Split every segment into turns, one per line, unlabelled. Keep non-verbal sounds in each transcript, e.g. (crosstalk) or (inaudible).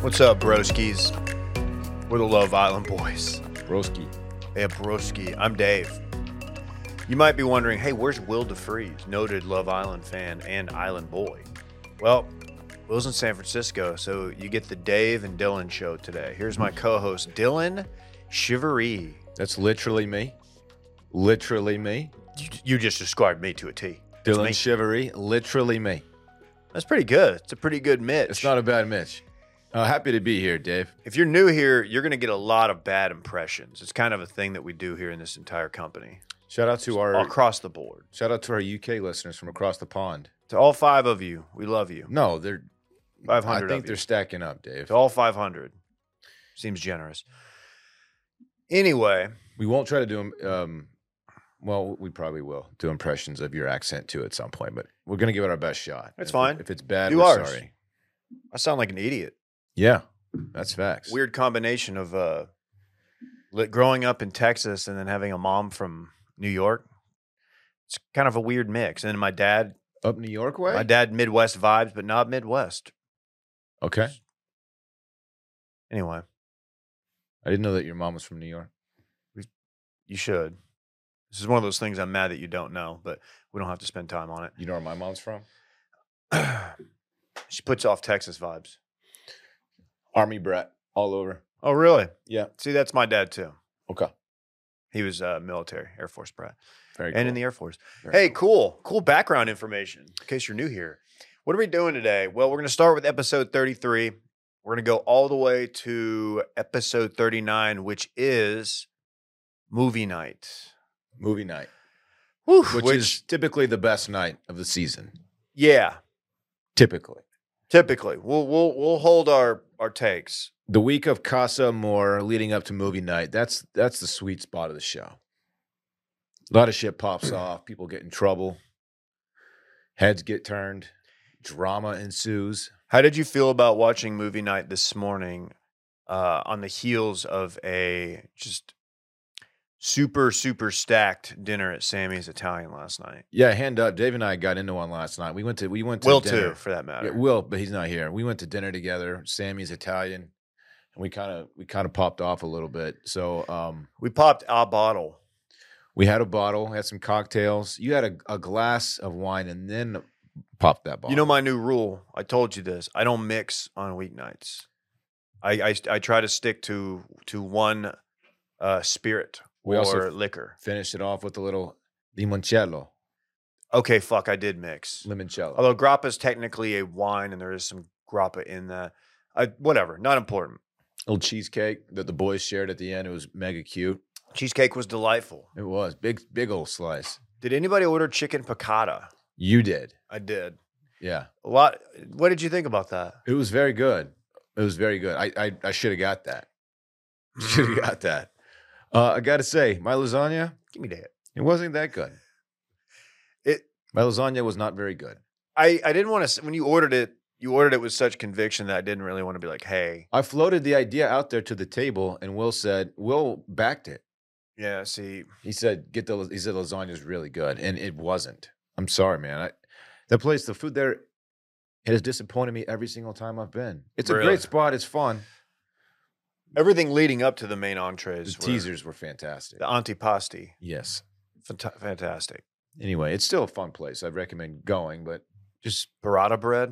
What's up, broskies? We're the Love Island Boys.
Broski.
Yeah, broski. I'm Dave. You might be wondering, hey, where's Will DeFries, noted Love Island fan and Island boy? Well, Will's in San Francisco, so you get the Dave and Dylan show today. Here's my co-host, Dylan Shivery.
That's literally me. Literally me.
You, you just described me to a T. It's
Dylan
me.
Shivery. Literally me.
That's pretty good. It's a pretty good Mitch.
It's not a bad Mitch. Uh, happy to be here, Dave.
if you're new here, you're going to get a lot of bad impressions. It's kind of a thing that we do here in this entire company,
Shout out to our
across the board.
shout out to our UK listeners from across the pond.
To all five of you, we love you.
No, they're
Five
I
hundred.
think
of
they're
you.
stacking up, Dave.
to all five hundred. Seems generous. Anyway,
We won't try to do 'em, um well, we probably will do impressions of your accent too at some point, but we're gonna give it our best shot.
That's
If-
fine.
If it's bad,
Do
we're
ours.
sorry.
I sound like an idiot.
Yeah, that's facts.
Weird combination of uh, li- growing up in Texas and then having a mom from New York. It's kind of a weird mix. And then my dad,
up New York way.
my dad Midwest vibes, but not Midwest.
Okay,
Anyway,
I didn't know that your mom was from New York.
you should. This is one of those things I'm mad that you don't know, but we don't have to spend time on
You know where my mom's from?
it. (clears throat) she puts off Texas vibes.
Army brat, all over.
Oh, really?
Yeah.
See, that's my dad too.
Okay.
He was uh, military, Air Force brat,
Very
and in the Air Force. hey, cool. cool, background information in case you're new here. What are we doing today? Well, we're going to start with episode 33. We're going to go all the way to episode 39, which is movie night.
movie night,
Whew,
which, is typically the best night of the season.
yeah,
Typically,
typically we'll we'll we'll hold our our takes.
the week of Casa More leading up to movie night. That's that's the sweet spot of the show. A lot of shit pops off. People get in trouble. Heads get turned. Drama ensues.
How did you feel about watching movie night this morning uh, on the heels of a just super, super stacked dinner at Sammy's Italian last night?
Yeah, hand up. Dave and I got into one last night. We went to we went to
Will,
dinner.
too, for that matter.
Yeah, Will, but he's not here. We went to dinner together. Sammy's Italian, and we kind of we kind of popped off a little bit. So um,
we popped a bottle.
we had a bottle, had some cocktails. You had a, a glass of wine, and then popped that bottle.
You know my new rule. I told you this. I don't mix on weeknights. I, I, I try to stick to to one uh, spirit
We
or
also-
liquor.
finished it off with a little limoncello,
Okay, fuck, I did mix.
limoncello.
Although grappa is technically a wine, and there is some grappa in that. I, whatever, not important.
little cheesecake that the boys shared at the end. It was mega cute.
Cheesecake was delightful.
It was big, big old slice.
Did anybody order chicken piccata?
You did,
I did.
yeah.
A lot. What did you think about
(laughs)
that?
It was very good. It was very good. I I, I should have got that. (laughs) Should have got that. Uh, I got to say, my lasagna.
Give me that.
It wasn't that good.
It.
My lasagna was not very good.
I. I didn't want to. When you ordered it, you ordered it with such conviction that I didn't really want to be like, hey,
I floated the idea out there to the table, and Will said, Will backed it.
yeah, see,
He said, "Get the." las- He said, "Lasagna's really good," and it wasn't. I'm sorry, man. I, that place, the food there, it has disappointed me every single time I've been. It's a
Really?
great spot. It's fun.
everything leading up to the main
The
entrees, were-
teasers were fantastic.
the antipasti,
yes.
fant- fantastic.
Anyway, it's still a fun place. I'd recommend going, but just
Burrata bread.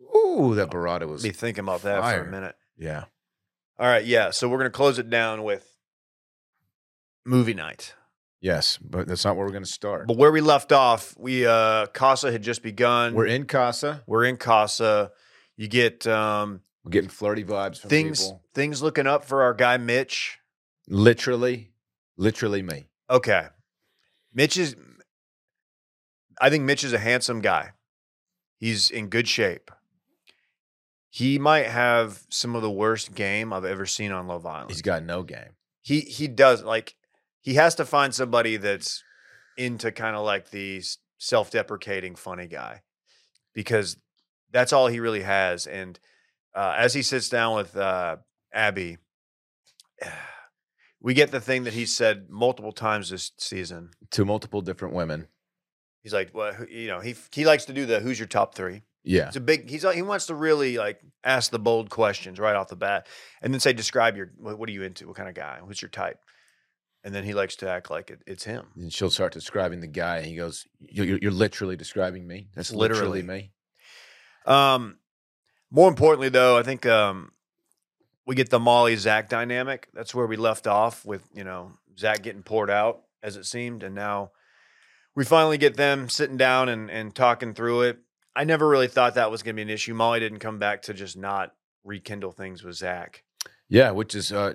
ooh,
oh,
that burrata was
Be thinking about that for
fire.
a minute.
yeah.
All right, yeah. So we're gonna close it down with movie night.
Yes, but that's not where we're going to start.
But where we left off, we uh Casa had just begun.
We're in Casa.
We're in Casa. You get um,
We're getting flirty vibes from
things
people.
things looking up for our guy Mitch.
Literally, literally me.
Okay, Mitch is. I think Mitch is a handsome guy. He's in good shape. He might have some of the worst game I've ever seen on Love Island.
He's got no game.
he he does like he has to find somebody that's into kind of like the self-deprecating funny guy because that's all he really has and uh, as he sits down with uh, abby we get the thing that he said multiple times this season
To multiple different women.
he's like well who- you know he f- he likes to do the who's your top three
Yeah.
It's a big. He's like he wants to really like ask the bold questions right off the bat, and then say, "Describe your what, what are you into? What kind of guy? Who's your type?" And then he likes to act like it, it's him.
And she'll start describing the guy, and he goes, "You- "You're, you're literally describing me. That's literally,
Literally.
me."
Um, more importantly, though, I think um, we get the Molly Zach dynamic. That's where we left off with you know Zach getting poured out as it seemed, and now we finally get them sitting down and and talking through it. I never really thought that was going to be an issue. Molly didn't come back to just not rekindle things with Zach.
Yeah, which is uh,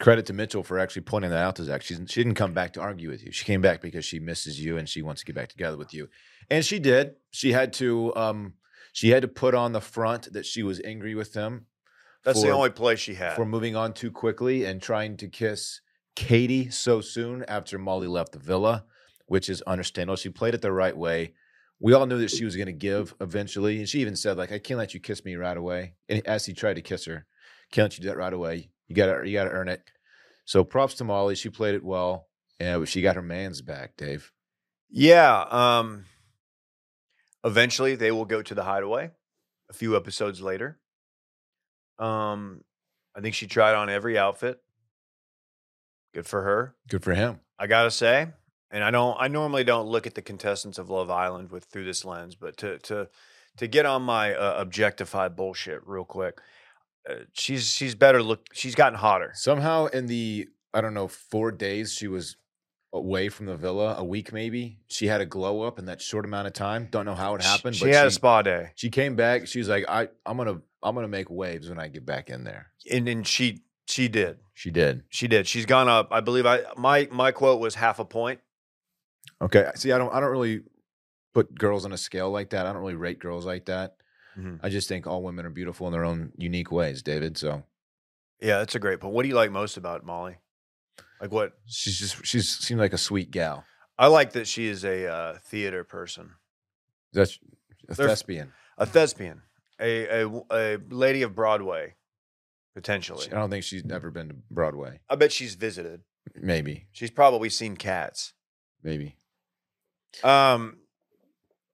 credit to Mitchell for actually pointing that out to Zach. She's, she didn't come back to argue with you. She came back because she misses you and she wants to get back together with you, and she did. She had to. Um, she had to put on the front that she was angry with him
That's the
For-
only play she had.
for moving on too quickly and trying to kiss Katie so soon after Molly left the villa, which is understandable. She played it the right way. We all knew that she was going to give eventually, and she even said, "Like I can't let you kiss me right away." And as he tried to kiss her, can't let you do that right away. You got to you got to earn it. So props to Molly. She played it well, and she got her man's back, Dave.
Yeah. Um eventually they will go to the hideaway a few episodes later. Um I think she tried on every outfit. Good for her.
Good for him.
I gotta say, and I don't I normally don't look at the contestants of Love Island with through this lens, but to to to get on my uh, objectify bullshit real quick. Uh, she's she's better look she's gotten hotter.
Somehow in the I don't know four days she was away from the villa, a week maybe, she had a glow up in that short amount of time. Don't know how it
She-
happened,
She
but
had
she,
a spa day.
she came back. She was like, I I'm gonna I'm gonna make waves when I get back in there.
And and she she did.
She did.
She did. She's gone up. I believe I my my quote was half a point.
Okay. See, I don't I don't really put girls on a scale like that. I don't really rate girls like that.
Mhm.
I just think all women are beautiful in their own unique ways, David. So
Yeah, that's a great point. What do you like most about Molly? Like what?
she's just she's seemed like a sweet gal.
I like that she is a uh, theater person,
That's a
They're-
thespian.
a thespian, a a, a lady of Broadway, potentially.
She- I don't think she's ever been to Broadway.
I bet she's visited.
Maybe.
She's probably seen cats.
Maybe.
Um,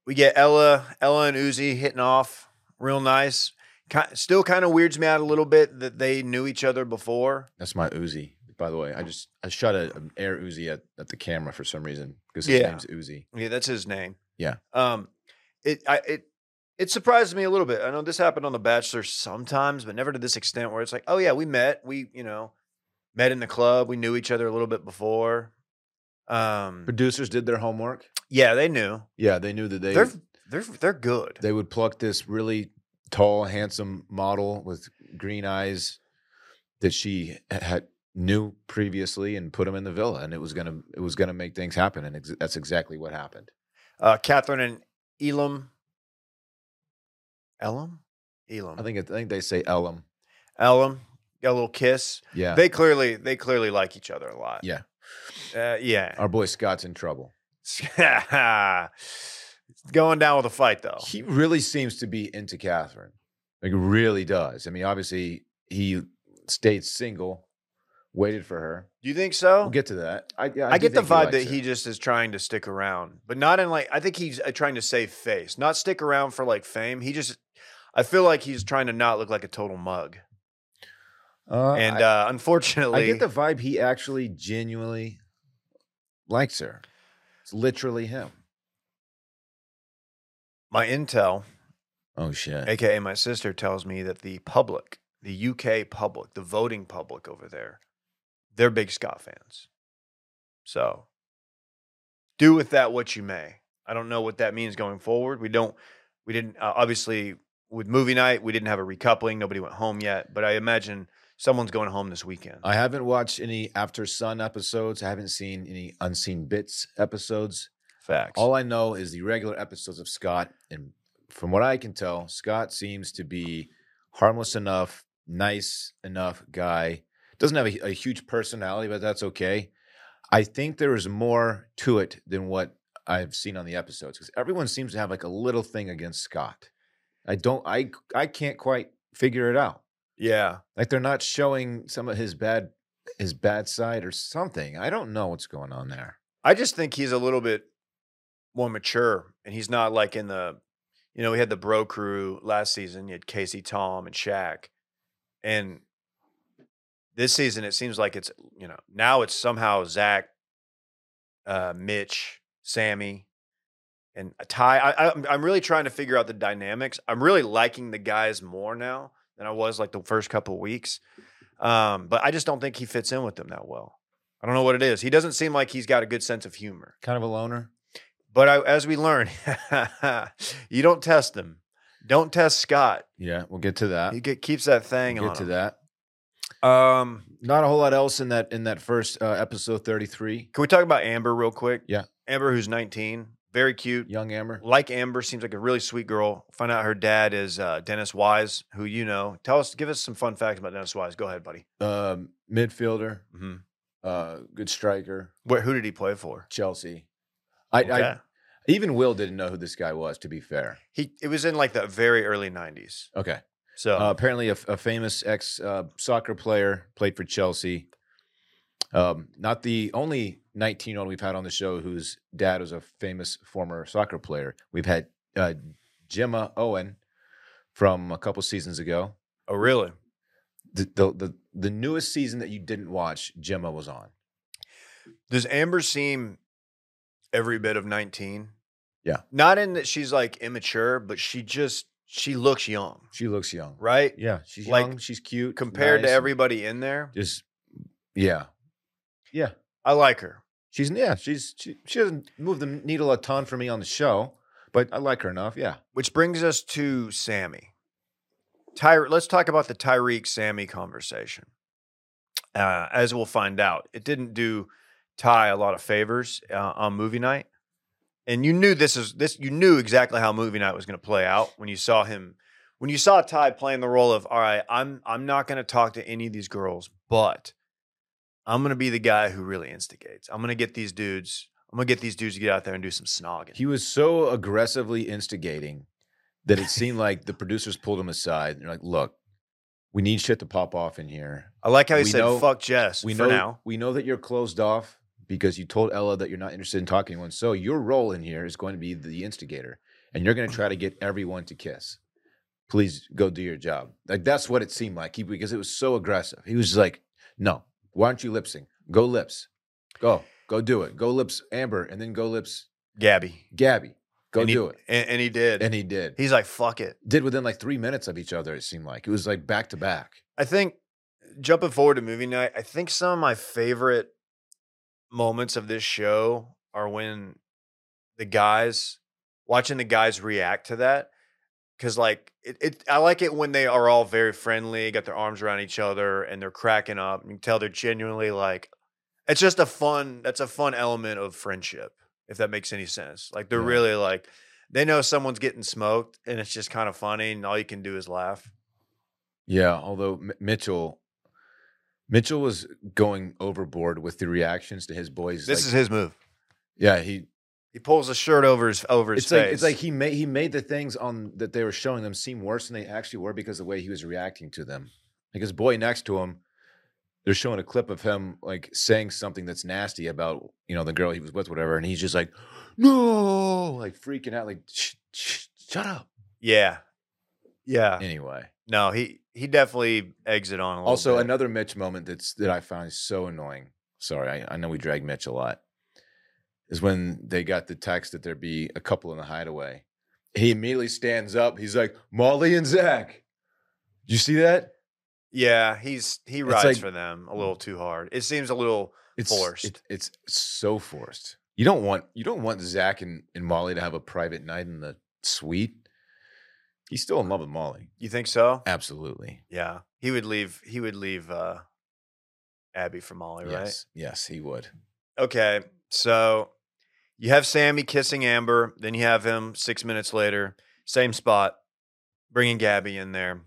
we get Ella, Ella and Uzi hitting off real nice. Ki- still kind of weirds me out a little bit that they knew each other before.
That's my Uzi, by the way. I just I shot a, an air Uzi at, at the camera for some reason because his
Yeah.
name's Uzi.
Yeah, that's his name.
Yeah.
Um, it I it it surprised me a little bit. I know this happened on The Bachelor sometimes, but never to this extent where it's like, oh yeah, we met, we you know met in the club, we knew each other a little bit before. Um,
Producers did their homework.
yeah, they knew.
Yeah, they knew that they
They, are they're they're good.
they would pluck this really tall, handsome model with green eyes that she had knew previously and put him in the villa, and it was gonna it was gonna make things happen, and ex- that's exactly what happened.
Uh, Catherine and Elam, Elam, Elam,
I think it- I think they say Elam.
Elam got a little kiss.
Yeah,
They clearly they clearly like each other a lot.
yeah.
Uh, yeah.
Our boy Scott's in trouble.
(laughs) Going down with a fight though.
He really seems to be into Catherine. Like really does. I mean, obviously he stayed single, waited for her.
Do you think so?
We'll get to that. I, yeah,
I,
do
get the
think
vibe
he likes
that
her.
he just is trying to stick around, but not in like I think he's uh, trying to save face, not stick around for like fame. He just I feel like he's trying to not look like a total mug,
Uh,
and
I-
uh, (laughs)
I,
unfortunately,
get the vibe he actually genuinely likes her. It's literally him.
my intel,
Oh shit.
aka my sister, tells me that the public, the UK public, the voting public over there, they're big Scott fans. So do with that what you may. I don't know what that means going forward. We don't, we didn't, uh, obviously, with movie night, we didn't have a recoupling. Nobody went home yet, but I imagine someone's going home this weekend.
I haven't watched any After Sun episodes. I haven't seen any Unseen Bits episodes.
Facts.
All I know is the regular episodes of Scott, and from what I can tell, Scott seems to be harmless enough, nice enough guy. Doesn't have a, a huge personality, but that's okay. I think there is more to it than what I've seen on the episodes because everyone seems to have like a little thing against Scott. I don't, I, I can't quite figure it out.
yeah.
Like they're not showing some of his bad, his bad side or something. I don't know what's going on there.
I just think he's a little bit more mature and he's not like in the, You know, we had the Bro Crew last season. You had Casey, Tom, and Shaq, and this season it seems like it's you know now it's somehow Zach, uh, Mitch, Sammy, and uh, Ty. I, I, I'm really trying to figure out the dynamics. I'm really liking the guys more now than I was like the first couple weeks, um, but I just don't think he fits in with them that well. I don't know what it is. He doesn't seem like he's got a good sense of humor.
Kind of a loner.
But I, as we learn, (laughs) you don't test them. Don't test Scott.
Yeah, we'll get to that.
He get, keeps that thing
We'll
on.
get to that.
that. Um,
Not a whole lot else in that in that first uh, episode thirty three.
can we talk about Amber real quick?
Yeah.
Amber, who's 19, very cute.
Young Amber.
Like Amber, seems like a really sweet girl. Find out her dad is uh, Dennis Wise, who you know. Tell us, give us some fun facts about Dennis Wise. Go ahead, buddy.
Um, midfielder,
Mm-hmm.
uh, good striker,
Where, who did he play for?
Chelsea. I, I
Okay.
even Will didn't know who this guy was. To be fair,
he it was in like the very early 90s.
okay.
So
Uh, apparently, a, f- a famous ex uh, soccer player played for Chelsea. Um, not the only 19 year old we've had on the show whose dad was a famous former soccer player. We've had uh, Gemma Owen from a couple seasons ago.
oh, really?
The, the the the newest season that you didn't watch, Gemma was on.
Does Amber seem every bit of 19?
Yeah.
Not in that she's like immature, but she just she looks young,
She looks young,
right?
Yeah, she's
Like,
young, she's cute
Compared
nice,
to
and
everybody in there,
Just yeah,
I like her.
she's yeah, she's she, she doesn't move the needle a ton for me on the show, but I like her enough. Yeah,
Which brings us to Sammy. Ty- let's talk about the Tyreek Sammy conversation. Uh, as we'll find out, it didn't do Ty a lot of favors uh, on movie night. And you knew this is this. You knew exactly how movie night was going to play out when you saw him, when you saw Ty playing the role of, all right, I'm I'm not going to talk to any of these girls, but I'm going to be the guy who really instigates. I'm going to get these dudes. I'm going to get these dudes to get out there and do some snogging.
He was so aggressively instigating that it seemed like the producers pulled him aside. and They're like, "Look, we need shit to pop off in here.
I like how he
We
said,
know-
"Fuck Jess."
We
for
know
now.
we know that you're closed off because you told Ella that you're not interested in talking to anyone. So your role in here is going to be the instigator, and you're
Mm-hmm.
going to try to get everyone to kiss. Please go do your job. Like that's what it seemed like he, because it was so aggressive. He was just like, "No, why aren't you lip sync? Go lips, go, go do it. Go lips Amber, and then go lips
Gabby.
Gabby. Go
and
do
he,
it."
And, and he did.
And he did.
He's like, fuck it.
did within like three minutes of each other. It seemed like it was like back to back.
I think jumping forward to movie night, I think some of my favorite moments of this show are when the guys watching the guys react to that. Cause like it, it I like it when they are all very friendly, got their arms around each other and they're cracking up. You can tell they're genuinely like it's just a fun that's a fun element of friendship, if that makes any sense. Like they're
Yeah.
really like they know someone's getting smoked and it's just kind of funny and all you can do is laugh.
Yeah, although M- Mitchell, Mitchell was going overboard with the reactions to his boys.
This
like-
is his move.
yeah. He
He pulls a shirt over his over his
it's
face.
like it's like he made he made the things on that they were showing them seem worse than they actually were because of the way he was reacting to them. Like his boy next to him, they're showing a clip of him like saying something that's nasty about you know the girl he was with, whatever, and he's just like, no, like freaking out, like shh, shh, shut up.
yeah, yeah.
Anyway.
No, he he definitely exit on a little.
Also,
bit.
another Mitch moment that's that I found so annoying. Sorry, I, I know we drag Mitch a lot. Is when they got the text that there'd be a couple in the hideaway. He immediately stands up. He's like, Molly and Zach. You see that?
yeah, he's he
It's
rides
like-
for them a little too hard. It seems a little.
It's
Forced.
it- it's so forced. You don't want you don't want Zach and, and Molly to have a private night in the suite. He's still in love with Molly.
You think so?
Absolutely.
Yeah, he would leave. He would leave uh, Abby for Molly, right?
Yes. Yes, he would.
Okay, so you have Sammy kissing Amber, then you have him six minutes later, same spot, bringing Gabby in there.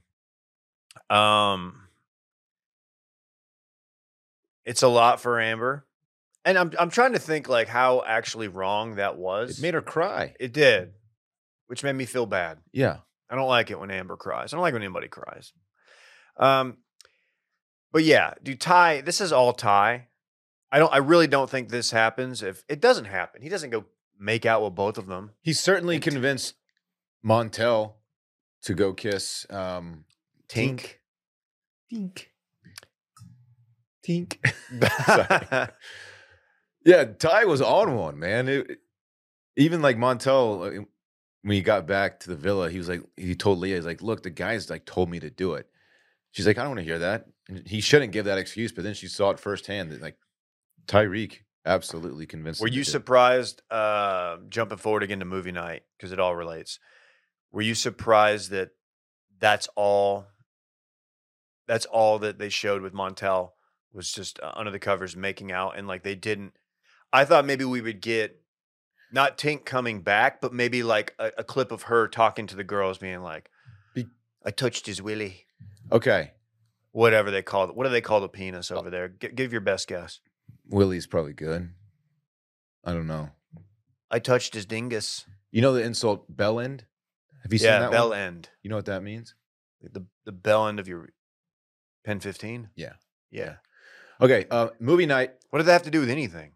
Um, it's a lot for Amber, and I'm I'm trying to think like how actually wrong that was.
It made her cry.
it did, which made me feel bad.
Yeah.
I don't like it when Amber cries. I don't like when anybody cries. Um, but yeah, do Ty? This is all Ty. I don't. I really don't think this happens. If it doesn't happen, he doesn't go make out with both of them. (laughs)
He's certainly
It-
convinced Montel to go kiss um,
Tink.
Tink. Tink. (laughs) Sorry. Yeah, Ty was on one, man. It, even like Montel, uh, when he got back to the villa, he was like, he told Leah, he's like, look, the guys like told me to do it. She's like, I don't want to hear that. And he shouldn't give that excuse, but then she saw it firsthand that like Tyreek absolutely convinced.
Were
him to
you
do it.
surprised? Uh, jumping forward again to movie night because it all relates. Were you surprised that that's all? That's all that they showed with Montel was just uh, under the covers making out, and like they didn't. I thought maybe we would get not Tink coming back, but maybe like a, a clip of her talking to the girls, being like,
Be-
"I touched his willy,"
Okay,
whatever they call it. What do they call the penis
Uh
over there? G- give your best guess.
Willie's probably good. I don't know.
I touched his dingus.
You know the insult bell end. Have you seen
yeah,
that
bell
one?
end.
You know what that means?
the the bell end of your pen 15
Yeah.
yeah
Yeah. Okay, uh, movie night
what did that have to do with anything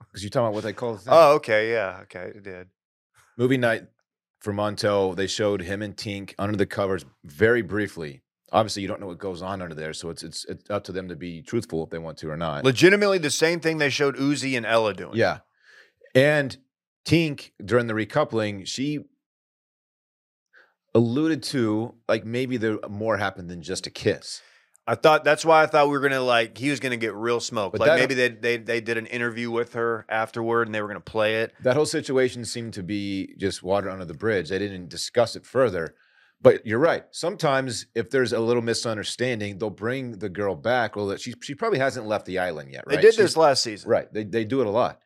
because you're talking about what they call the thing.
oh okay yeah okay it did
movie night for Montel, they showed him and Tink under the covers very briefly. Obviously, you don't know what goes on under there, so it's it's, it's up to them to be truthful if they want to or not.
legitimately the same thing they showed uzi and ella doing
Yeah, and Tink during the recoupling, she alluded to like maybe there more happened than just a kiss.
i thought that's why i thought we were gonna like he was gonna get real smoke
But
like
that-
maybe they, they they did an interview with her afterward and they were gonna play it
That whole situation seemed to be just water under the bridge. They didn't discuss it further. But you're right. Sometimes if there's a little misunderstanding, they'll bring the girl back. Well, that she she probably hasn't left the island yet,
they
right?
did
She's-
this last season
Right. They they do it a lot.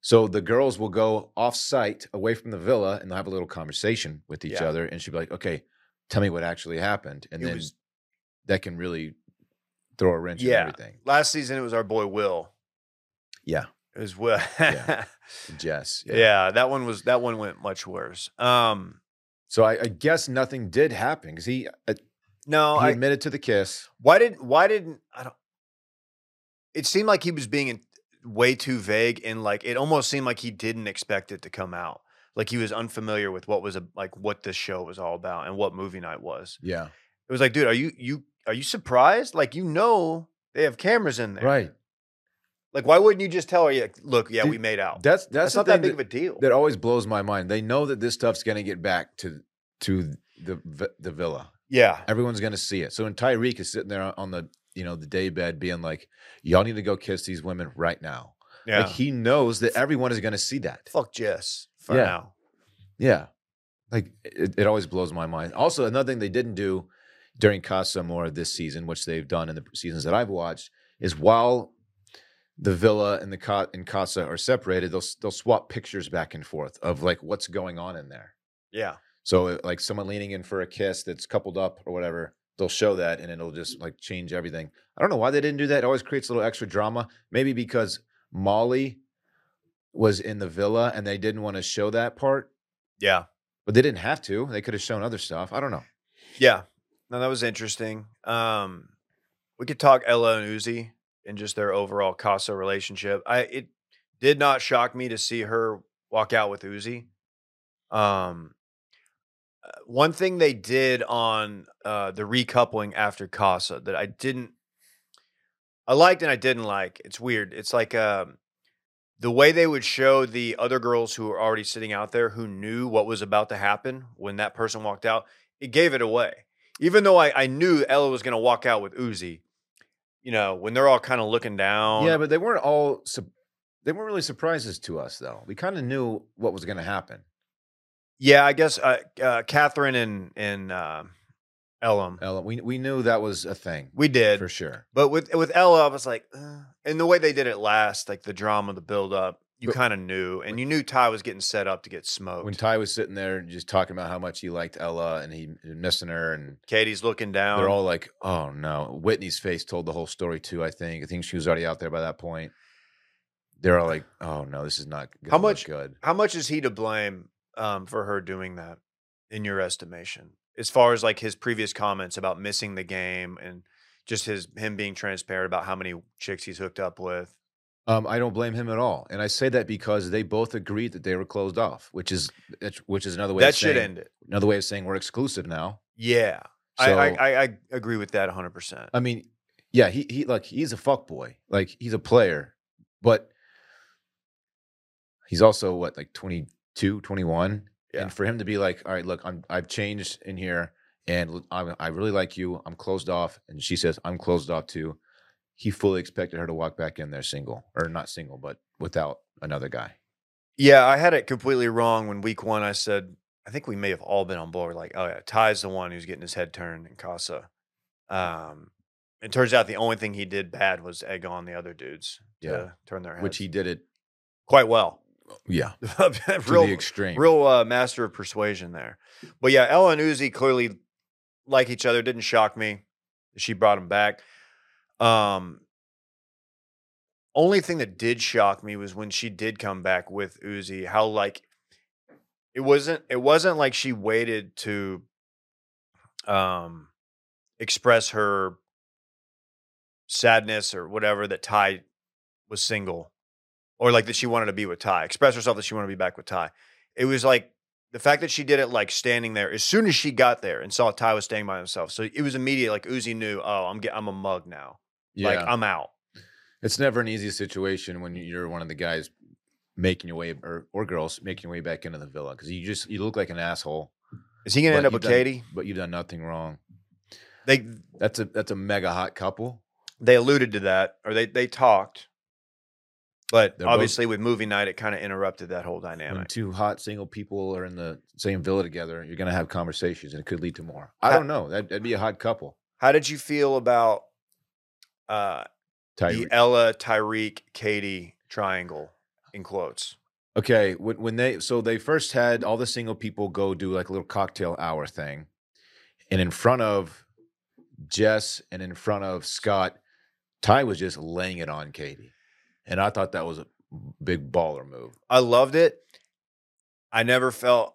So the girls will go off site away from the villa and they'll have a little conversation with each
Yeah.
other and she'll be like, Okay, tell me what actually happened. And
It
then
was-
that can really throw a wrench
Yeah.
in everything.
last season it was our boy will
Yeah.
it was will (laughs)
Yeah. Jess.
yeah. that one was that one went much worse um
So I, I guess nothing did happen because he, uh,
no
he
i
admitted to the kiss.
Why did why didn't I don't it seemed like he was being in- way too vague and like it almost seemed like he didn't expect it to come out. Like he was unfamiliar with what was a, like what this show was all about and what movie night was.
Yeah.
It was like, dude, are you you are you surprised? Like you know they have cameras in there.
Right.
Like why wouldn't you just tell her, like, look, yeah,
Dude,
we made out.
That's that's,
That's,
the
not that
thing
big of a deal.
that always blows my mind. They know that this stuff's going to get back to to the vi- the villa.
yeah.
Everyone's going to see it. So when Tyreek is sitting there on- on the you know the day bed, being like, "Y'all need to go kiss these women right now."
Yeah.
Like he knows that everyone is going to see that.
Fuck Jess for
Yeah.
now.
Yeah. Like it, it always blows my mind. Also, another thing they didn't do during Casa More this season, which they've done in the seasons that I've watched, is while the villa and the cot and casa are separated, they'll s- they'll swap pictures back and forth of like what's going on in there.
Yeah.
So uh, like someone leaning in for a kiss that's coupled up or whatever, they'll show that and it'll just like change everything. I don't know why they didn't do that. It always creates a little extra drama. Maybe because Molly was in the villa and they didn't want to show that part
Yeah.
but they didn't have to. They could have shown other stuff. I don't know.
Yeah. No, that was interesting. Um, we could talk Ella and Uzi and just their overall Casa relationship. I it did not shock me to see her walk out with Uzi. Um, uh, one thing they did on uh, the recoupling after Casa that I didn't, I liked and I didn't like. It's weird. It's like um, the way they would show the other girls who were already sitting out there who knew what was about to happen when that person walked out it gave it away. Even though I, I knew Ella was going to walk out with Uzi, you know, when they're all kind of looking down.
yeah, but they weren't all. Su- they weren't really surprises to us, though. We kind of knew what was going to happen.
yeah, I guess uh, uh, Catherine and and uh, Ellum,
Ella, we we knew that was a thing
we did.
for sure.
But with with Ella, I was like, uh, and the way they did it last, like the drama, the build up, you
But-
kind of knew, and you knew Ty was getting set up to get smoked.
When Ty was sitting there and just talking about how much he liked Ella and he and missing her, and
Katie's looking down.
they're all like, "Oh no!" Whitney's face told the whole story too. I think. I think she was already out there by that point. They're all like, "Oh no, this is not gonna
How
look
much-
good."
How much is he to blame um, for her doing that, in your estimation? As far as like his previous comments about missing the game and just his him being transparent about how many chicks he's hooked up with.
Um, I don't blame him at all, and I say that because they both agreed that they were closed off, which is that's- which is another way
that
of
should
saying,
end it.
another way of saying we're exclusive now.
Yeah.
So
I, I, I, I agree with that 100%.
I mean, yeah, he he like he's a fuck boy. Like he's a player, but he's also what like 22, 21.
Yeah.
And for him to be like, "All right, look, I'm I've changed in here and l- I'm, I really like you. I'm closed off." And she says, "I'm closed off too." He fully expected her to walk back in there single or not single, but without another guy.
Yeah, I had it completely wrong when week one I said, I think we may have all been on board. Like, oh, yeah, Ty's the one who's getting his head turned in Casa. Um, it turns out the only thing he did bad was egg on the other dudes
Yeah.
to turn their heads.
Which he did it
quite well. (laughs)
yeah, (laughs) to the
real,
extreme.
real uh, master of persuasion there. But yeah, Ella and Uzi clearly like each other. Didn't shock me. She brought him back. Um, only thing that did shock me was when she did come back with Uzi. How like it wasn't. It wasn't like she waited to um express her sadness or whatever that Ty was single. Or like that she wanted to be with Ty, express herself that she wanted to be back with Ty it was like the fact that she did it like standing there as soon as she got there and saw Ty was standing by himself. So it was immediate. Like Uzi knew, oh, I'm get, I'm a mug now.
yeah.
Like I'm out.
it's never an easy situation when you're one of the guys making your way or, or girls making your way back into the villa because you just you look like an asshole
Is he gonna end
But
up
you've
with
done-
Katie?
but you've done nothing wrong
They
that's a that's a mega hot couple
they alluded to that, or they they talked, but
They're both-
obviously with movie night, it kind of interrupted that whole
when
dynamic.
two hot single people are in the same villa together you're gonna have conversations and it could lead to more i
Ha-
don't know that'd, that'd be a hot couple
How did you feel about uh,
Tyreek.
the Ella Tyreek Katie triangle in quotes?
Okay, when when they so they first had all the single people go do like a little cocktail hour thing, and in front of Jess and in front of Scott, Ty was just laying it on Katie, and I thought that was a big baller move.
I loved it. I never felt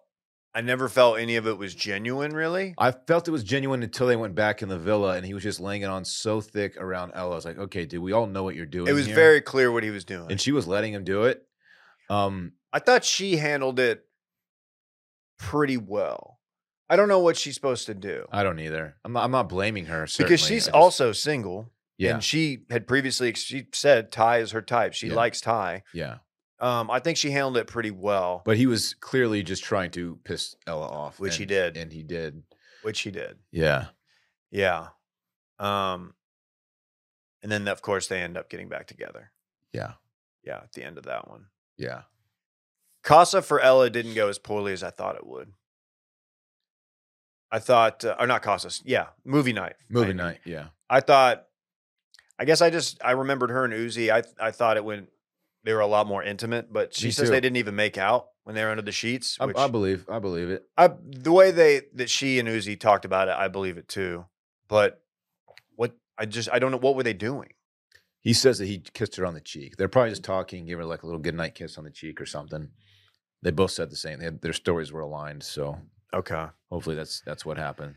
I never felt any of it was genuine really.
I felt it was genuine until they went back in the villa, and he was just laying it on so thick around Ella. I was like, okay, dude, we all know what you're doing.
It was
here."
very clear what he was doing.
and she was letting him do it. Um,
I thought she handled it pretty well. I don't know what she's supposed to do
I don't either. I'm not, I'm not blaming her Uh, certainly.
because she's
I just-
also single
yeah,
and she had previously ex- she said Ty is her type. She
Yeah.
likes Ty.
yeah.
Um, I think she handled it pretty well,
But he was clearly just trying to piss Ella off,
Which he
and-
did.
and he did.
which she did.
Yeah,
Yeah. Um, and then of course they end up getting back together.
yeah,
Yeah, at the end of that one.
yeah.
Casa for Ella didn't go as poorly as I thought it would. I thought, uh, or not Casa, s- yeah, movie night.
Movie
Thank you.
night. Yeah,
I thought, I guess I just, I remembered her and Uzi. I, I thought it went, they were a lot more intimate, but she
Me
says
too.
they didn't even make out when they were under the sheets.
I,
Which
I believe. I believe it.
I, the way they, that she and Uzi talked about it, I believe it too. But what, I just, I don't know, what were they doing?
He says that he kissed her on the cheek. They're probably just talking, gave her like a little goodnight kiss on the cheek or something. They both said the same. They had, their stories were aligned, so
Okay.
hopefully that's that's what happened.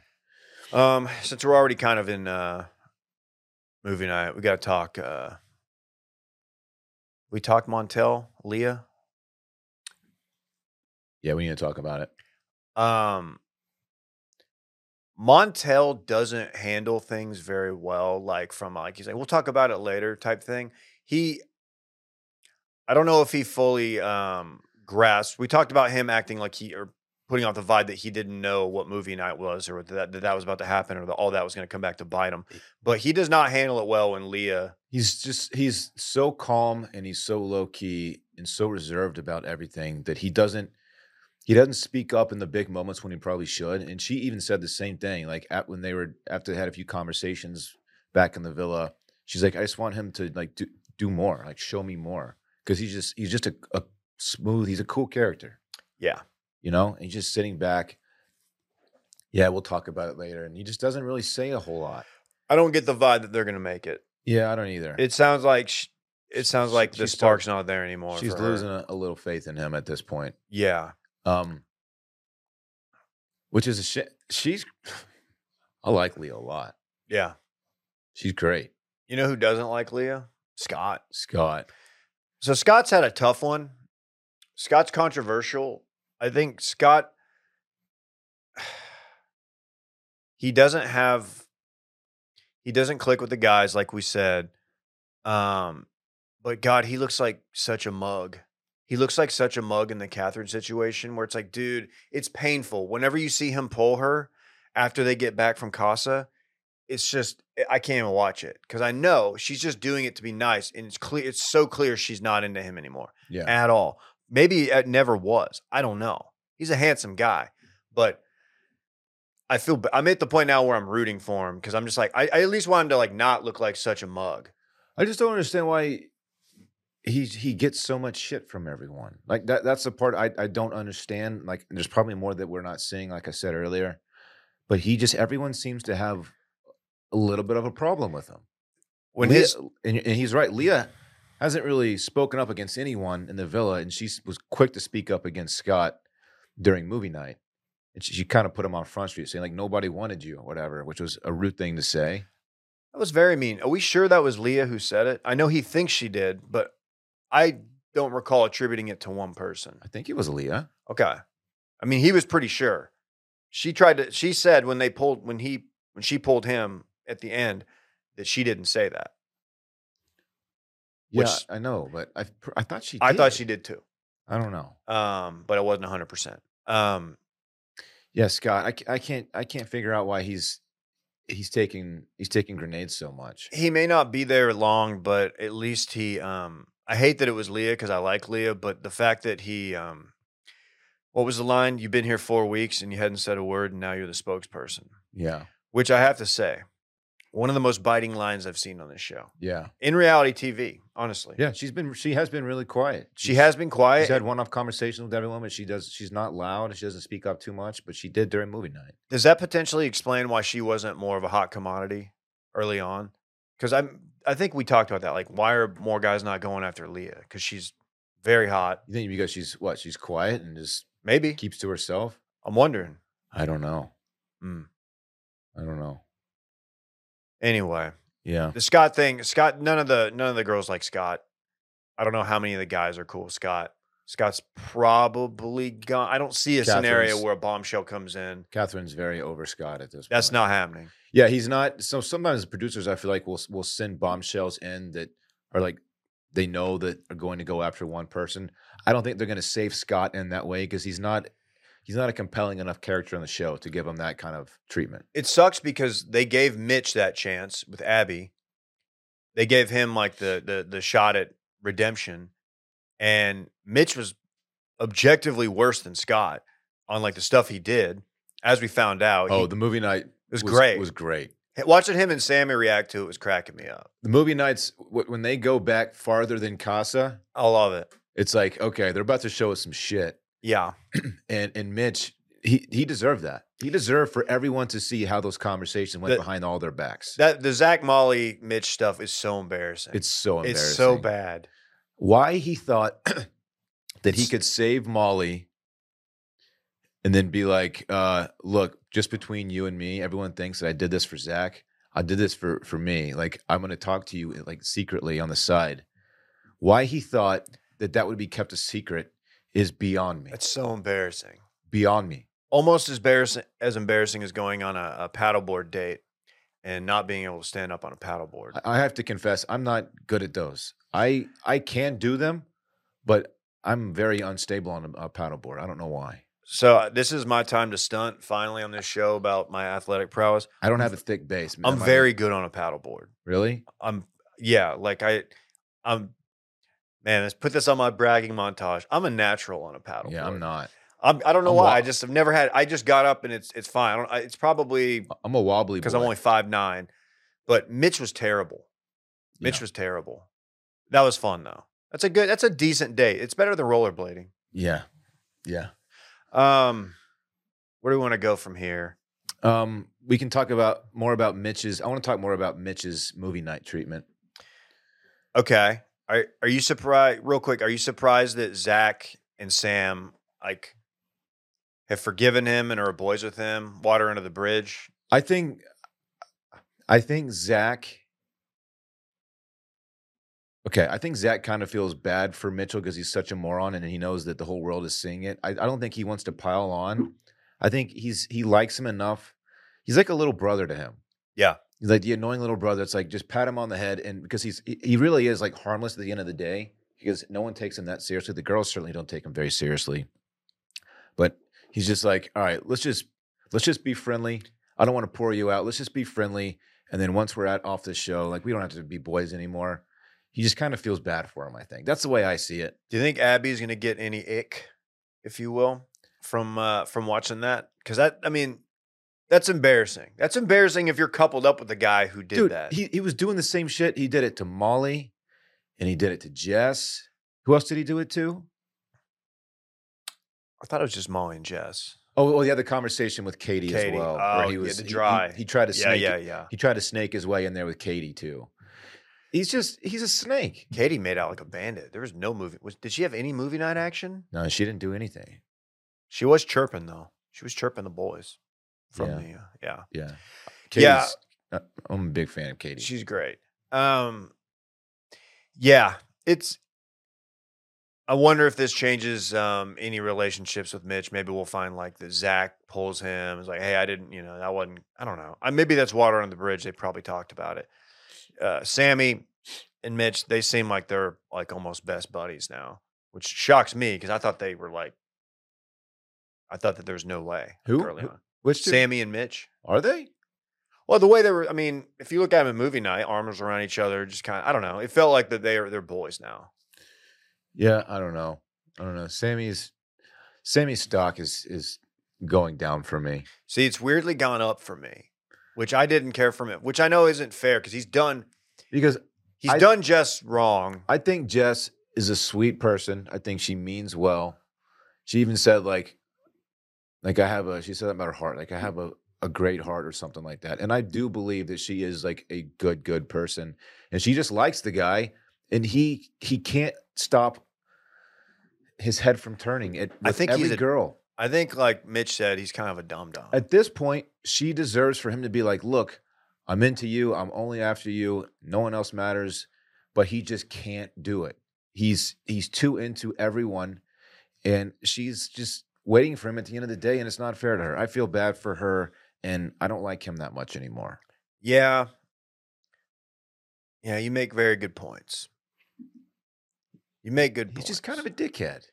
Um, since we're already kind of in uh movie night, we gotta talk uh we talked Montel, Leah.
Yeah, we need to talk about it.
Um Montel doesn't handle things very well, like from like he's like, we'll talk about it later type thing. He I don't know if he fully um grasped. We talked about him acting like he or putting off the vibe that he didn't know what movie night was or that that, that was about to happen or that all that was gonna come back to bite him. But he does not handle it well when Leah
He's just he's so calm and he's so low key and so reserved about everything that he doesn't he doesn't speak up in the big moments when he probably should. And she even said the same thing like at, when they were after they had a few conversations back in the villa. She's like, I just want him to like do do more, like show me more, because he's just he's just a, a smooth. He's a cool character,
Yeah.
you know. And he's just sitting back. Yeah, we'll talk about it later. And he just doesn't really say a whole lot.
I don't get the vibe that they're gonna make it.
Yeah, I don't either.
It sounds like sh it sounds
She-
like
she
the
start-
spark's not there anymore.
She's
for her.
losing a, a little faith in him at this point.
Yeah.
Um, which is a shit. She's, (sighs) I like Leah a lot.
Yeah.
She's great,
You know who doesn't like Leah? Scott.
Scott.
So Scott's had a tough one. Scott's controversial. I think Scott (sighs) he doesn't have he doesn't click with the guys like we said. Um but god, he looks like such a mug. He looks like such a mug in the Catherine situation where it's like, dude, it's painful. Whenever you see him pull her after they get back from Casa, it's just eh, I can't even watch it because I know she's just doing it to be nice, and it's clear. It's so clear she's not into him anymore
Yeah.
at all. Maybe it never was. I don't know. He's a handsome guy, but I feel ba- I'm at the point now where I'm rooting for him because I'm just like I, I at least want him to like not look like such a mug.
I just don't understand why he's he gets so much shit from everyone. Like that that's the part I, I don't understand. Like there's probably more that we're not seeing, like I said earlier. But he just everyone seems to have a little bit of a problem with him.
When
Leah-
his
and, and he's right, Leah hasn't really spoken up against anyone in the villa, and she s- was quick to speak up against Scott during movie night. And she, she kind of put him on front street, saying like nobody wanted you, or whatever, which was a rude thing to say.
That was very mean. Are we sure that was Leah who said it? I know he thinks she did, but I don't recall attributing it to one person.
I think it was Leah.
Okay. I mean, he was pretty sure. She tried to she said when they pulled when he when she pulled him at the end that she didn't say that.
Yeah,
Which-
I know, but I I thought she.
I thought
did.
she did too.
I don't know.
Um, but I wasn't 100%. Um,
Yeah, Scott, I, ca- I can't I can't figure out why he's he's taking he's taking grenades so much.
he may not be there long, but at least he. Um, I hate that it was Leah because I like Leah, but the fact that he, um, what was the line? You've been here four weeks and you hadn't said a word, and now you're the spokesperson.
Yeah,
Which I have to say, one of the most biting lines I've seen on this show
yeah,
in reality TV. Honestly,
yeah. She's been she has been really quiet.
she
She's-
has been quiet.
She's had one-off conversations with everyone, but she does. She's not loud. She doesn't speak up too much, but she did during movie night.
Does that potentially explain why she wasn't more of a hot commodity early on? Because I'm, I think we talked about that. Like, why are more guys not going after Leah? Because she's very hot.
You think because she's what? She's quiet and just
Maybe
keeps to herself.
I'm wondering.
I don't know. Hmm.
Mm.
I don't know.
Anyway,
Yeah,
the Scott thing, Scott, none of the none of the girls like Scott. I don't know how many of the guys are cool with Scott. Scott's probably gone. I don't see a scenario
Catherine's-
where a bombshell comes in.
Catherine's very over Scott at this.
That's
point.
not happening.
Yeah, he's not. So sometimes producers, I feel like, will will send bombshells in that are like they know that are going to go after one person. I don't think they're going to save Scott in that way because he's not he's not a compelling enough character on the show to give him that kind of treatment.
It sucks because they gave Mitch that chance with Abby. They gave him like the the the shot at redemption, and Mitch was objectively worse than Scott on like the stuff he did. As we found out, he-
Oh,
it
the movie night
was, great.
Was great.
Watching him and Sammy react to it was cracking me up.
The movie nights wh- when they go back farther than Casa,
I love it.
it's like okay, they're about to show us some shit.
Yeah.
And and Mitch, he he deserved that. He deserved for everyone to see how those conversations went
The-
behind all their backs.
That the Zach Molly Mitch stuff is so embarrassing.
it's so embarrassing.
it's so bad.
why he thought (clears throat) that he
It's-
could save Molly and then be like, uh, look, just between you and me, everyone thinks that I did this for Zach. I did this for for me. Like I'm going to talk to you like secretly on the side. Why he thought that that would be kept a secret is beyond me.
It's so embarrassing.
beyond me.
Almost as embarrassing as embarrassing as going on a, a paddleboard date and not being able to stand up on a paddleboard.
I- I have to confess, I'm not good at those. I I can do them, but I'm very unstable on a, a paddleboard. I don't know why.
So uh, this is my time to stunt finally on this show about my athletic prowess.
I don't have a thick base. man.
I'm
My-
very good on a paddleboard.
really.
I'm yeah, like I I'm man, let's put this on my bragging montage. I'm a natural on a paddleboard.
Yeah, I'm not.
I'm, I don't know
I'm
why.
wa-
I just have never had. I just got up and it's it's fine. I don't, I, it's probably
I'm a wobbly
because
boy.
I'm only five nine, but Mitch was terrible. Mitch
Yeah.
was terrible. That was fun though. That's a good. That's a decent day. It's better than rollerblading.
yeah, yeah.
Um, where do we want to go from here?
Um, we can talk about more about Mitch's. I want to talk more about Mitch's movie night treatment.
Okay. Are are you surprised? Real quick, are you surprised that Zach and Sam like have forgiven him and are boys with him? Water under the bridge.
I think, I think Zach. Okay, I think Zach kind of feels bad for Mitchell because he's such a moron and he knows that the whole world is seeing it. I, I don't think he wants to pile on. I think he's he likes him enough. He's like a little brother to him.
Yeah.
He's like the annoying little brother. It's like just pat him on the head and because he's he he really is like harmless at the end of the day because no one takes him that seriously. The girls certainly don't take him very seriously. But he's just like, all right, let's just let's just be friendly. I don't want to pour you out. Let's just be friendly. And then once we're out off the show, like we don't have to be boys anymore. He just kind of feels bad for him, I think. That's the way I see it.
Do you think Abby's going to get any ick, if you will, from uh, from watching that? Because that, I mean, that's embarrassing. That's embarrassing if you're coupled up with the guy who did
Dude,
that.
He he was doing the same shit. He did it to Molly and he did it to Jess. Who else did he do it to?
I thought it was just Molly and Jess.
Oh, well, yeah, the conversation with Katie, as
Katie.
well.
Oh, yeah, the
he- he-
dry.
He, tried to
Yeah,
snake
yeah, yeah.
He tried to snake his way in there with Katie too. He's just he's a snake.
Katie made out like a bandit. There was no movie. Was, did she have any movie night action?
No, she didn't do anything.
She was chirping though. She was chirping the boys from
Yeah.
the uh, yeah.
Yeah.
Yeah.
Katie's- uh, I'm a big fan of Katie.
She's great. Um, yeah, it's. I wonder if this changes um, any relationships with Mitch. Maybe we'll find like that Zach pulls him. Is like, hey, I didn't, you know, that wasn't. I don't know. I, maybe that's water on the bridge. They probably talked about it. Uh, Sammy and Mitch, they seem like they're like almost best buddies now, which shocks me because I thought they were like. I thought that there was no way.
Who?
early
Who-
on.
Which two?
Sammy and Mitch.
Are they?
Well, the way they were, I mean, if you look at them in movie night, arms around each other, just kind of, I don't know. It felt like that they are, they're boys now.
Yeah, I don't know. I don't know. Sammy's Sammy's stock is is going down for me.
See, it's weirdly gone up for me, which I didn't care for him, which I know isn't fair because he's done,
Because
he's
I-
done just wrong.
I think Jess is a sweet person. I think she means well. She even said like, like I have a. She said that about her heart.
Mm.
Like I have a a great heart or something like that. And I do believe that she is like a good good person. And she just likes the guy, and he he can't stop his head from turning. It
I
with
think
every
he's a-
girl
I think, like Mitch said, he's kind of a dumb dumb.
at this point she deserves for him to be like, look, I'm into you. I'm only after you. No one else matters. But he just can't do it. He's he's too into everyone, and she's just waiting for him at the end of the day, and it's not fair to her. I feel bad for her, and I don't like him that much anymore.
Yeah. Yeah, you make very good points. You make good
He's
points.
just kind of a dickhead.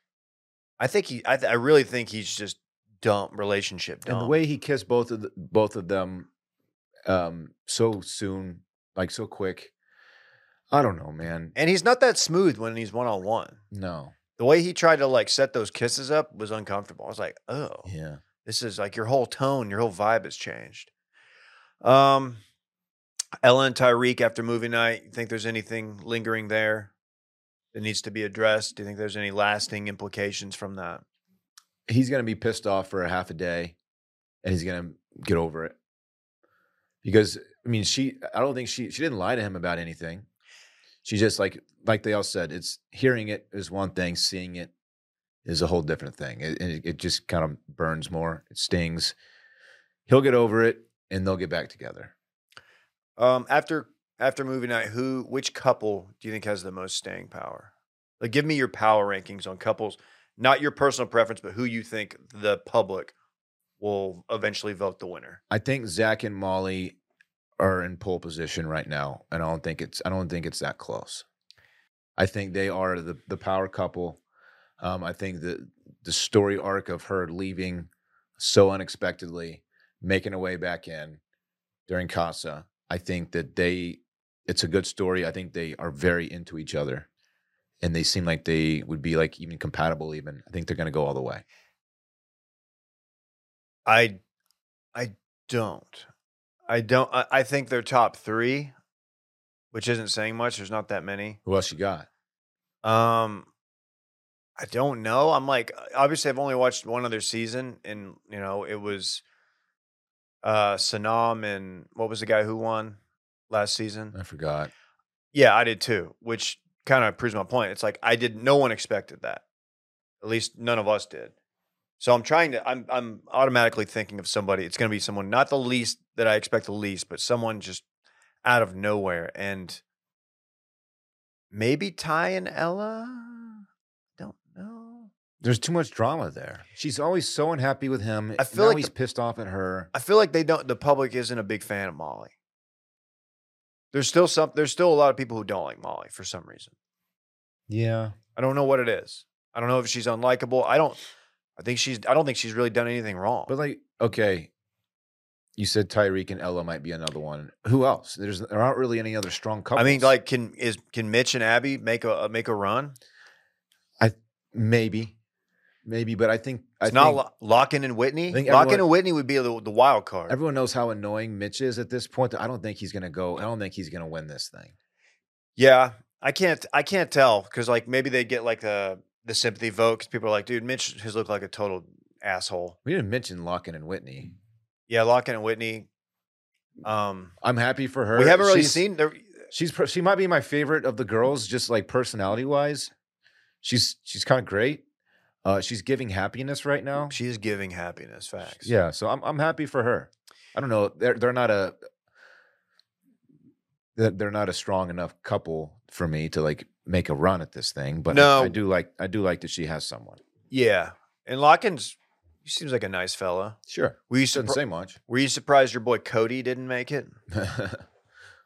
I think he, I, th- I really think he's just dumb, relationship dumb.
And the way he kissed both of the, both of them um so soon, like so quick. I don't know, man.
and he's not that smooth when he's one on one.
No.
the way he tried to like set those kisses up was uncomfortable. I was like, oh,
Yeah.
this is like your whole tone, your whole vibe has changed. Um, Ella and Tyreek after movie night. You think there's anything lingering there that needs to be addressed? Do you think there's any lasting implications from that?
he's going to be pissed off for a half a day and he's going to get over it because i mean she i don't think she she didn't lie to him about anything she just like like they all said it's hearing it is one thing seeing it is a whole different thing it, it, it just kind of burns more it stings he'll get over it and they'll get back together
Um, after after movie night, who which couple do you think has the most staying power? Like, give me your power rankings on couples, not your personal preference, but who you think the public will eventually vote the winner.
i think zach and molly are in pole position right now and i don't think it's i don't think it's that close i think they are the the power couple um i think the the story arc of her leaving so unexpectedly making her way back in during casa i think that they it's a good story i think they are very into each other and they seem like they would be like even compatible even i think they're going to go all the way
I I don't. I don't I, I think they're top three, which isn't saying much. There's not that many.
who else you got
Um I don't know. I'm like uh, obviously I've only watched one other season and you know, it was uh Sanam and what was the guy who won last season?
i forgot
Yeah, I did too, which kind of proves my point. It's like I did no one expected that. At least none of us did. So I'm trying to I'm I'm automatically thinking of somebody. It's going to be someone not the least that I expect the least, but someone just out of nowhere and Maybe Ty and Ella. Don't know.
There's too much drama there. She's always so unhappy with him.
I feel
Now
like
he's
the-
pissed off at her.
I feel like they don't. The public isn't a big fan of Molly. There's still some. There's still a lot of people who don't like Molly for some reason.
Yeah.
I don't know what it is. I don't know if she's unlikable. I don't. I think she's. I don't think she's really done anything wrong.
But like, okay, you said Tyreek and Ella might be another one. Who else? There's there aren't really any other strong couples.
I mean, like, can is can Mitch and Abby make a uh, make a run?
maybe, maybe, but I think
It's
I
not
think
Lo- Lockin and Whitney.
I think
Lockin
everyone-
and Whitney would be the, the wild card.
everyone knows how annoying Mitch is at this point. that I don't think he's gonna go. I don't think he's gonna win this thing.
yeah, I can't. I can't tell because like maybe they get like the the sympathy vote because people are like, dude, Mitch has looked like a total asshole.
We didn't mention Locken and Whitney.
Yeah, Lockin and Whitney. Um,
I'm happy for her.
we haven't really
She's-
seen. There,
She's per- she might be my favorite of the girls, just like personality wise. She's she's kind of great. Uh, she's giving happiness right now.
she is giving happiness. Facts.
Yeah, so I'm I'm happy for her. I don't know. They're they're not a they're they're not a strong enough couple for me to like make a run at this thing. But I- I,
No.
do like I do like that she has someone.
Yeah, and Lockin's. He seems like a nice fella.
Sure,
Were you,
doesn't
surpri-
say much (laughs)
were you surprised your boy Cody didn't make it?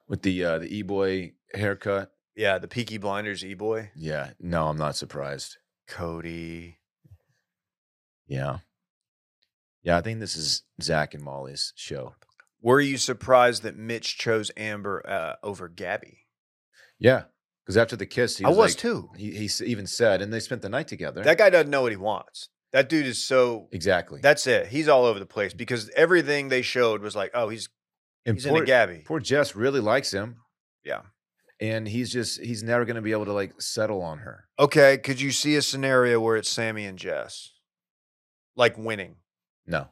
with the uh, the e boy haircut.
Yeah, the Peaky Blinders e boy.
Yeah, no, I'm not surprised.
Cody.
Yeah, yeah, I think this is Zach and Molly's show.
Were you surprised that Mitch chose Amber uh, over Gabby?
Yeah, because after the kiss, he
I
was
was
like-
too.
He, he s- even said, and they spent the night together.
That guy doesn't know what he wants. That dude is so.
exactly.
That's it. He's all over the place because everything they showed was like, oh, he's he's into
Important-
Gabby.
poor Jess really likes him.
Yeah.
And he's just he's never gonna be able to like settle on her.
Okay, could you see a scenario where it's Sammy and Jess, like winning?
No.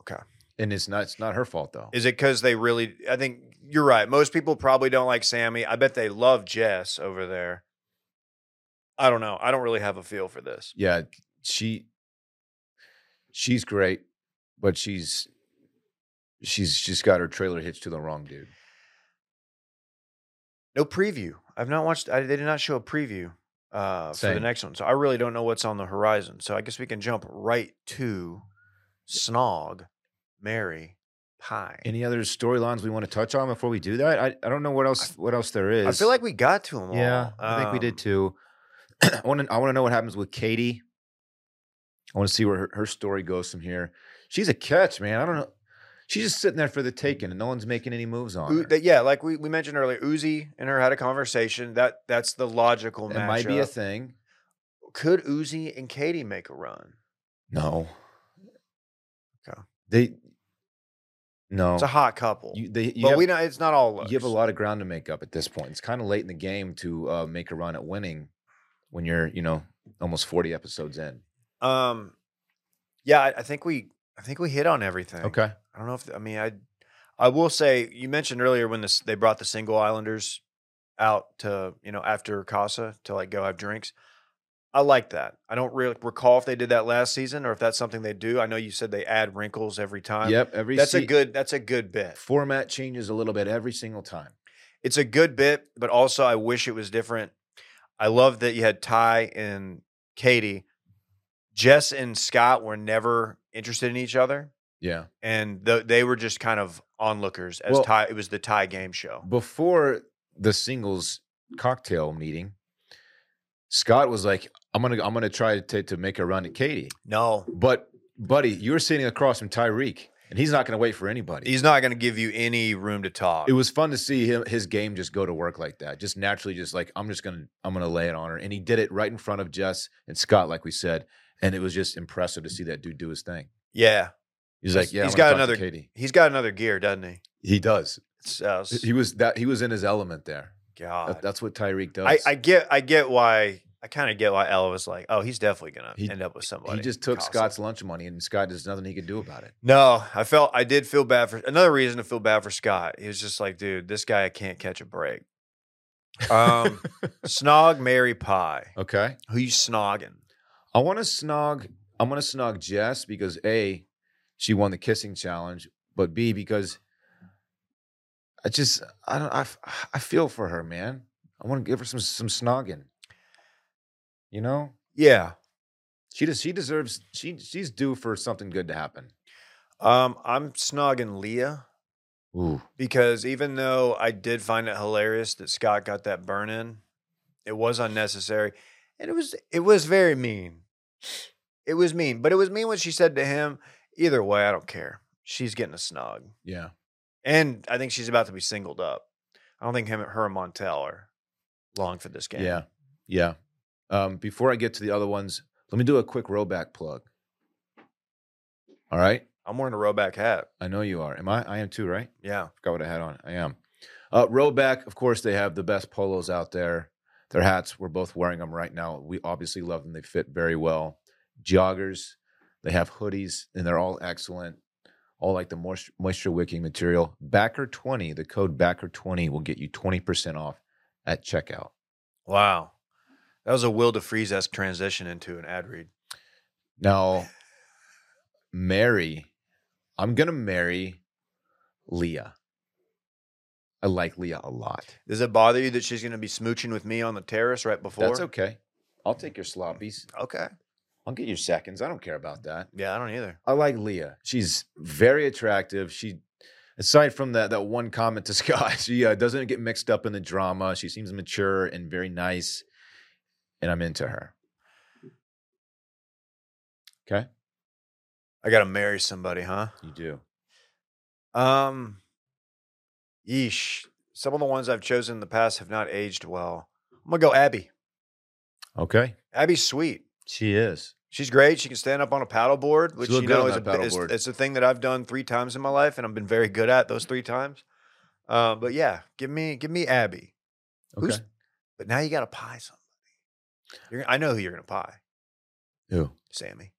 Okay.
And it's not it's not her fault though.
Is it because they really? I think you're right. Most people probably don't like Sammy. I bet they love Jess over there. I don't know. I don't really have a feel for this.
yeah, she she's great, but she's she's just got her trailer hitched to the wrong dude.
No preview. I've not watched. I, they did not show a preview uh, for the
Same.
next one, so I really don't know what's on the horizon. So I guess we can jump right to Snog, Mary, Pie.
Any other storylines we want to touch on before we do that? I, I don't know what else what else there is.
I feel like we got to them.
Yeah,
all.
I think we
Um,
did too. (clears throat) I want to. I want to know what happens with Katie. I want to see where her, her story goes from here. She's a catch, man. I don't know. She's just sitting there for the taking, and no one's making any moves on
U-
her.
that- yeah, like we, we mentioned earlier, Uzi and her had a conversation. That that's the logical
it
matchup.
might be a thing.
Could Uzi and Katie make a run?
No.
Okay.
They. No.
It's a hot couple,
Oh, You, they, you
but
have,
we know it's not all.
you have a
looks.
lot of ground to make up at this point. It's kind of late in the game to uh, make a run at winning when you're, you know, almost forty episodes in.
Um, yeah, I, I think we I think we hit on everything.
Okay.
I don't know if I mean I I will say you mentioned earlier when this they brought the single islanders out to you know after Casa to like go have drinks. I like that. I don't really recall if they did that last season or if that's something they do. I know you said they add wrinkles every time.
Yep. Every
That's a
se-
good that's a good bit.
format changes a little bit every single time.
It's a good bit, but also I wish it was different. I love that you had Ty and Katie. Jess and Scott were never interested in each other.
Yeah.
and th- they were just kind of onlookers as
Well-
Ty. It was the Ty game show.
Before the singles cocktail meeting, Scott was like, "I'm gonna, I'm gonna try to to make a run at Katie."
No,
But, buddy, you're sitting across from Tyreek, and he's not gonna wait for anybody.
he's not going to give you any room to talk.
it was fun to see him his game just go to work like that, just naturally, just like I'm just gonna, I'm gonna lay it on her, and he did it right in front of Jess and Scott, like we said, and it was just impressive to see that dude do his thing.
yeah,
He's
He's-
like, "Yeah,
he's
I'm gonna
got
talk to
another-
Katie."
he's got another gear, doesn't he?
He does.
It's, uh, s-
He was that. He was in his element there. That-
God,
That's what Tyreek does.
I, I get, I get why. I kind of get why Ella was like, "Oh, he's definitely going
He-
to end up with somebody."
He just took
Casa.
Scott's lunch money, and Scott there's nothing he could do about it.
No, I felt I did feel bad for another reason to feel bad for Scott. He was just like, "Dude, this guy can't catch a break." Um, snog Mary Pie.
Okay,
Who you snogging?
I want to snog. I'm going to snog Jess because a, she won the kissing challenge, but b because I just I don't I f- I feel for her, man. I want to give her some some snogging. You know,
Yeah.
she does. She deserves. She she's due for something good to happen.
Um, I'm snogging Leah
Ooh,
because even though I did find it hilarious that Scott got that burn in, it was unnecessary. And it was it was very mean. It was mean, but it was mean what she said to him. Either way, I don't care. She's getting a snog.
yeah.
And I think she's about to be singled up. I don't think him her and Montel are long for this game.
Yeah. Yeah. Um, before I get to the other ones, let me do a quick rowback plug. All right.
I'm wearing a rowback hat.
I know you are. Am I? I am too, right?
Yeah.
Forgot what I had on. I am. Uh, rowback, of course, they have the best polos out there. Their hats, we're both wearing them right now. We obviously love them. They fit very well. Joggers, they have hoodies, and they're all excellent. All like the moisture, moisture wicking material. Backer20, the code Backer20 will get you 20% off at checkout.
Wow. That was a Will DeFreeze esque transition into an ad read.
Now, marry. I'm gonna marry Leah. I like Leah a lot.
Does it bother you that she's going to be smooching with me on the terrace right before?
That's okay. I'll take your sloppies.
Okay.
I'll get your seconds. I don't care about that.
Yeah, I don't either.
I like Leah. She's very attractive. She, aside from that that one comment to (laughs) Scott, she uh, doesn't get mixed up in the drama. She seems mature and very nice, and I'm into her. Okay,
I got to marry somebody, huh?
you do.
Um, yeesh. Some of the ones I've chosen in the past have not aged well. I'm going to go Abby.
Okay,
Abby's sweet.
she is.
She's great. She can stand up on a paddleboard, which
She looked
you
good
know
on
is
that
a, is,
paddleboard.
it's a thing that I've done three times in my life, and I've been very good at those three times. Uh, but yeah, give me give me Abby.
Okay,
Who's- But now you got to pie somebody. You're, I know who you're going to pie,
who?
Sammy.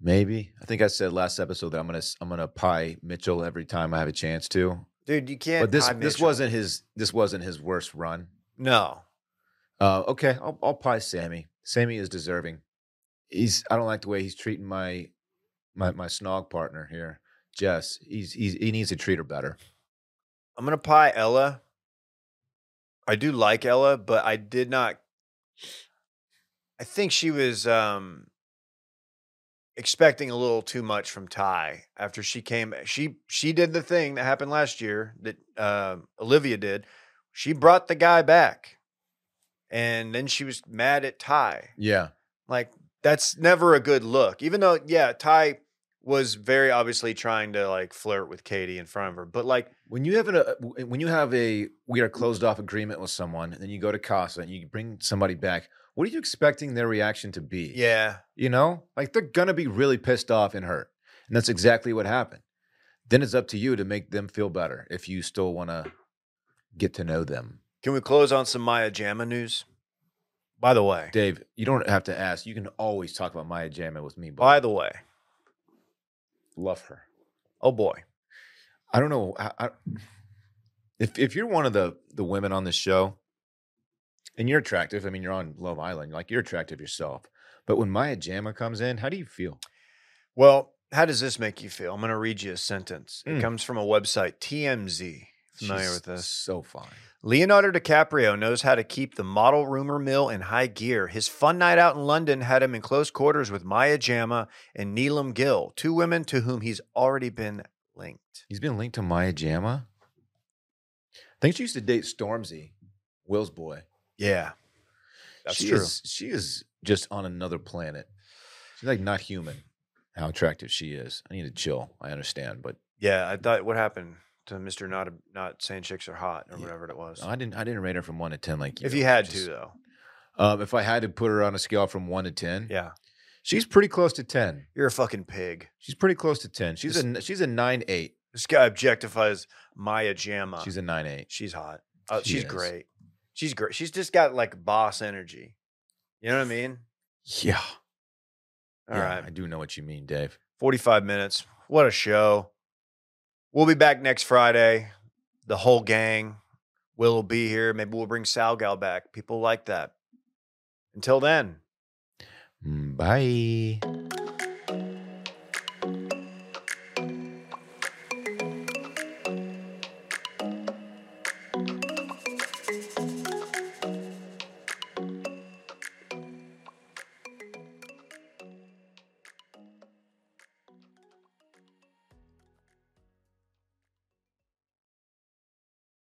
Maybe. I think I said last episode that I'm gonna s- I'm gonna pie Mitchell every time I have a chance to.
Dude, you can't.
But this
pie
this
Mitchell.
wasn't his this wasn't his worst run.
no.
Uh, okay, I'll I'll pie Sammy. Sammy is deserving. He's I don't like the way he's treating my my my snog partner here, Jess. He's, he's he needs to treat her better.
I'm gonna pie Ella. I do like Ella, but I did not. I think she was um, expecting a little too much from Ty after she came. eh, She she did the thing that happened last year that uh, Olivia did. She brought the guy back, and then she was mad at Ty.
Yeah,
Like that's never a good look. Even though, yeah, Ty was very obviously trying to like flirt with Katie in front of her, but like.
When you have an, uh, w- when you have a we are closed off agreement with someone, and then you go to Casa and you bring somebody back, what are you expecting their reaction to be?
Yeah,
You know, like they're gonna be really pissed off and hurt, and that's exactly what happened. Then it's up to you to make them feel better if you still want to get to know them.
Can we close on some Maya Jama news? By the way,
Dave, you don't have to ask. You can always talk about Maya Jama with me, but
by the way,
love her.
oh boy,
I don't know. I, I, if if you're one of the the women on this show, and you're attractive, I mean, you're on Love Island, like you're attractive yourself. But when Maya Jama comes in, how do you feel?
well, how does this make you feel? I'm going to read you a sentence. It
Mm.
comes from a website, TMZ. Familiar
She's
with this?
So fine.
Leonardo DiCaprio knows how to keep the model rumor mill in high gear. His fun night out in London had him in close quarters with Maya Jama and Neelam Gill, two women to whom he's already been linked.
He's been linked to Maya Jama. I think she used to date Stormzy, Will's boy.
Yeah, that's
she
true.
Is, she is just on another planet. She's like not human. How attractive she is. I need to chill. I understand, but
Yeah, I thought what happened to Mr. Not Not saying chicks are hot or
Yeah.
whatever it was.
I didn't. I didn't rate her from one to ten like you.
if you had to
Just-
though,
um, if I had to put her on a scale from one to ten,
yeah.
she's pretty close to ten.
You're a fucking pig.
She's pretty close to ten. She's a she's a nine eight.
This guy objectifies Maya Jama.
She's
She's
a nine eight.
she's hot. Uh,
She
she's
is.
great. She's great. She's just got like boss energy. You know what I mean?
Yeah.
All
Yeah,
right.
I do know what you mean, Dave.
45 minutes. What a show. We'll be back next Friday. The whole gang. Will will be here. Maybe we'll bring Salgal back. People like that. Until then.
Mm, Bye.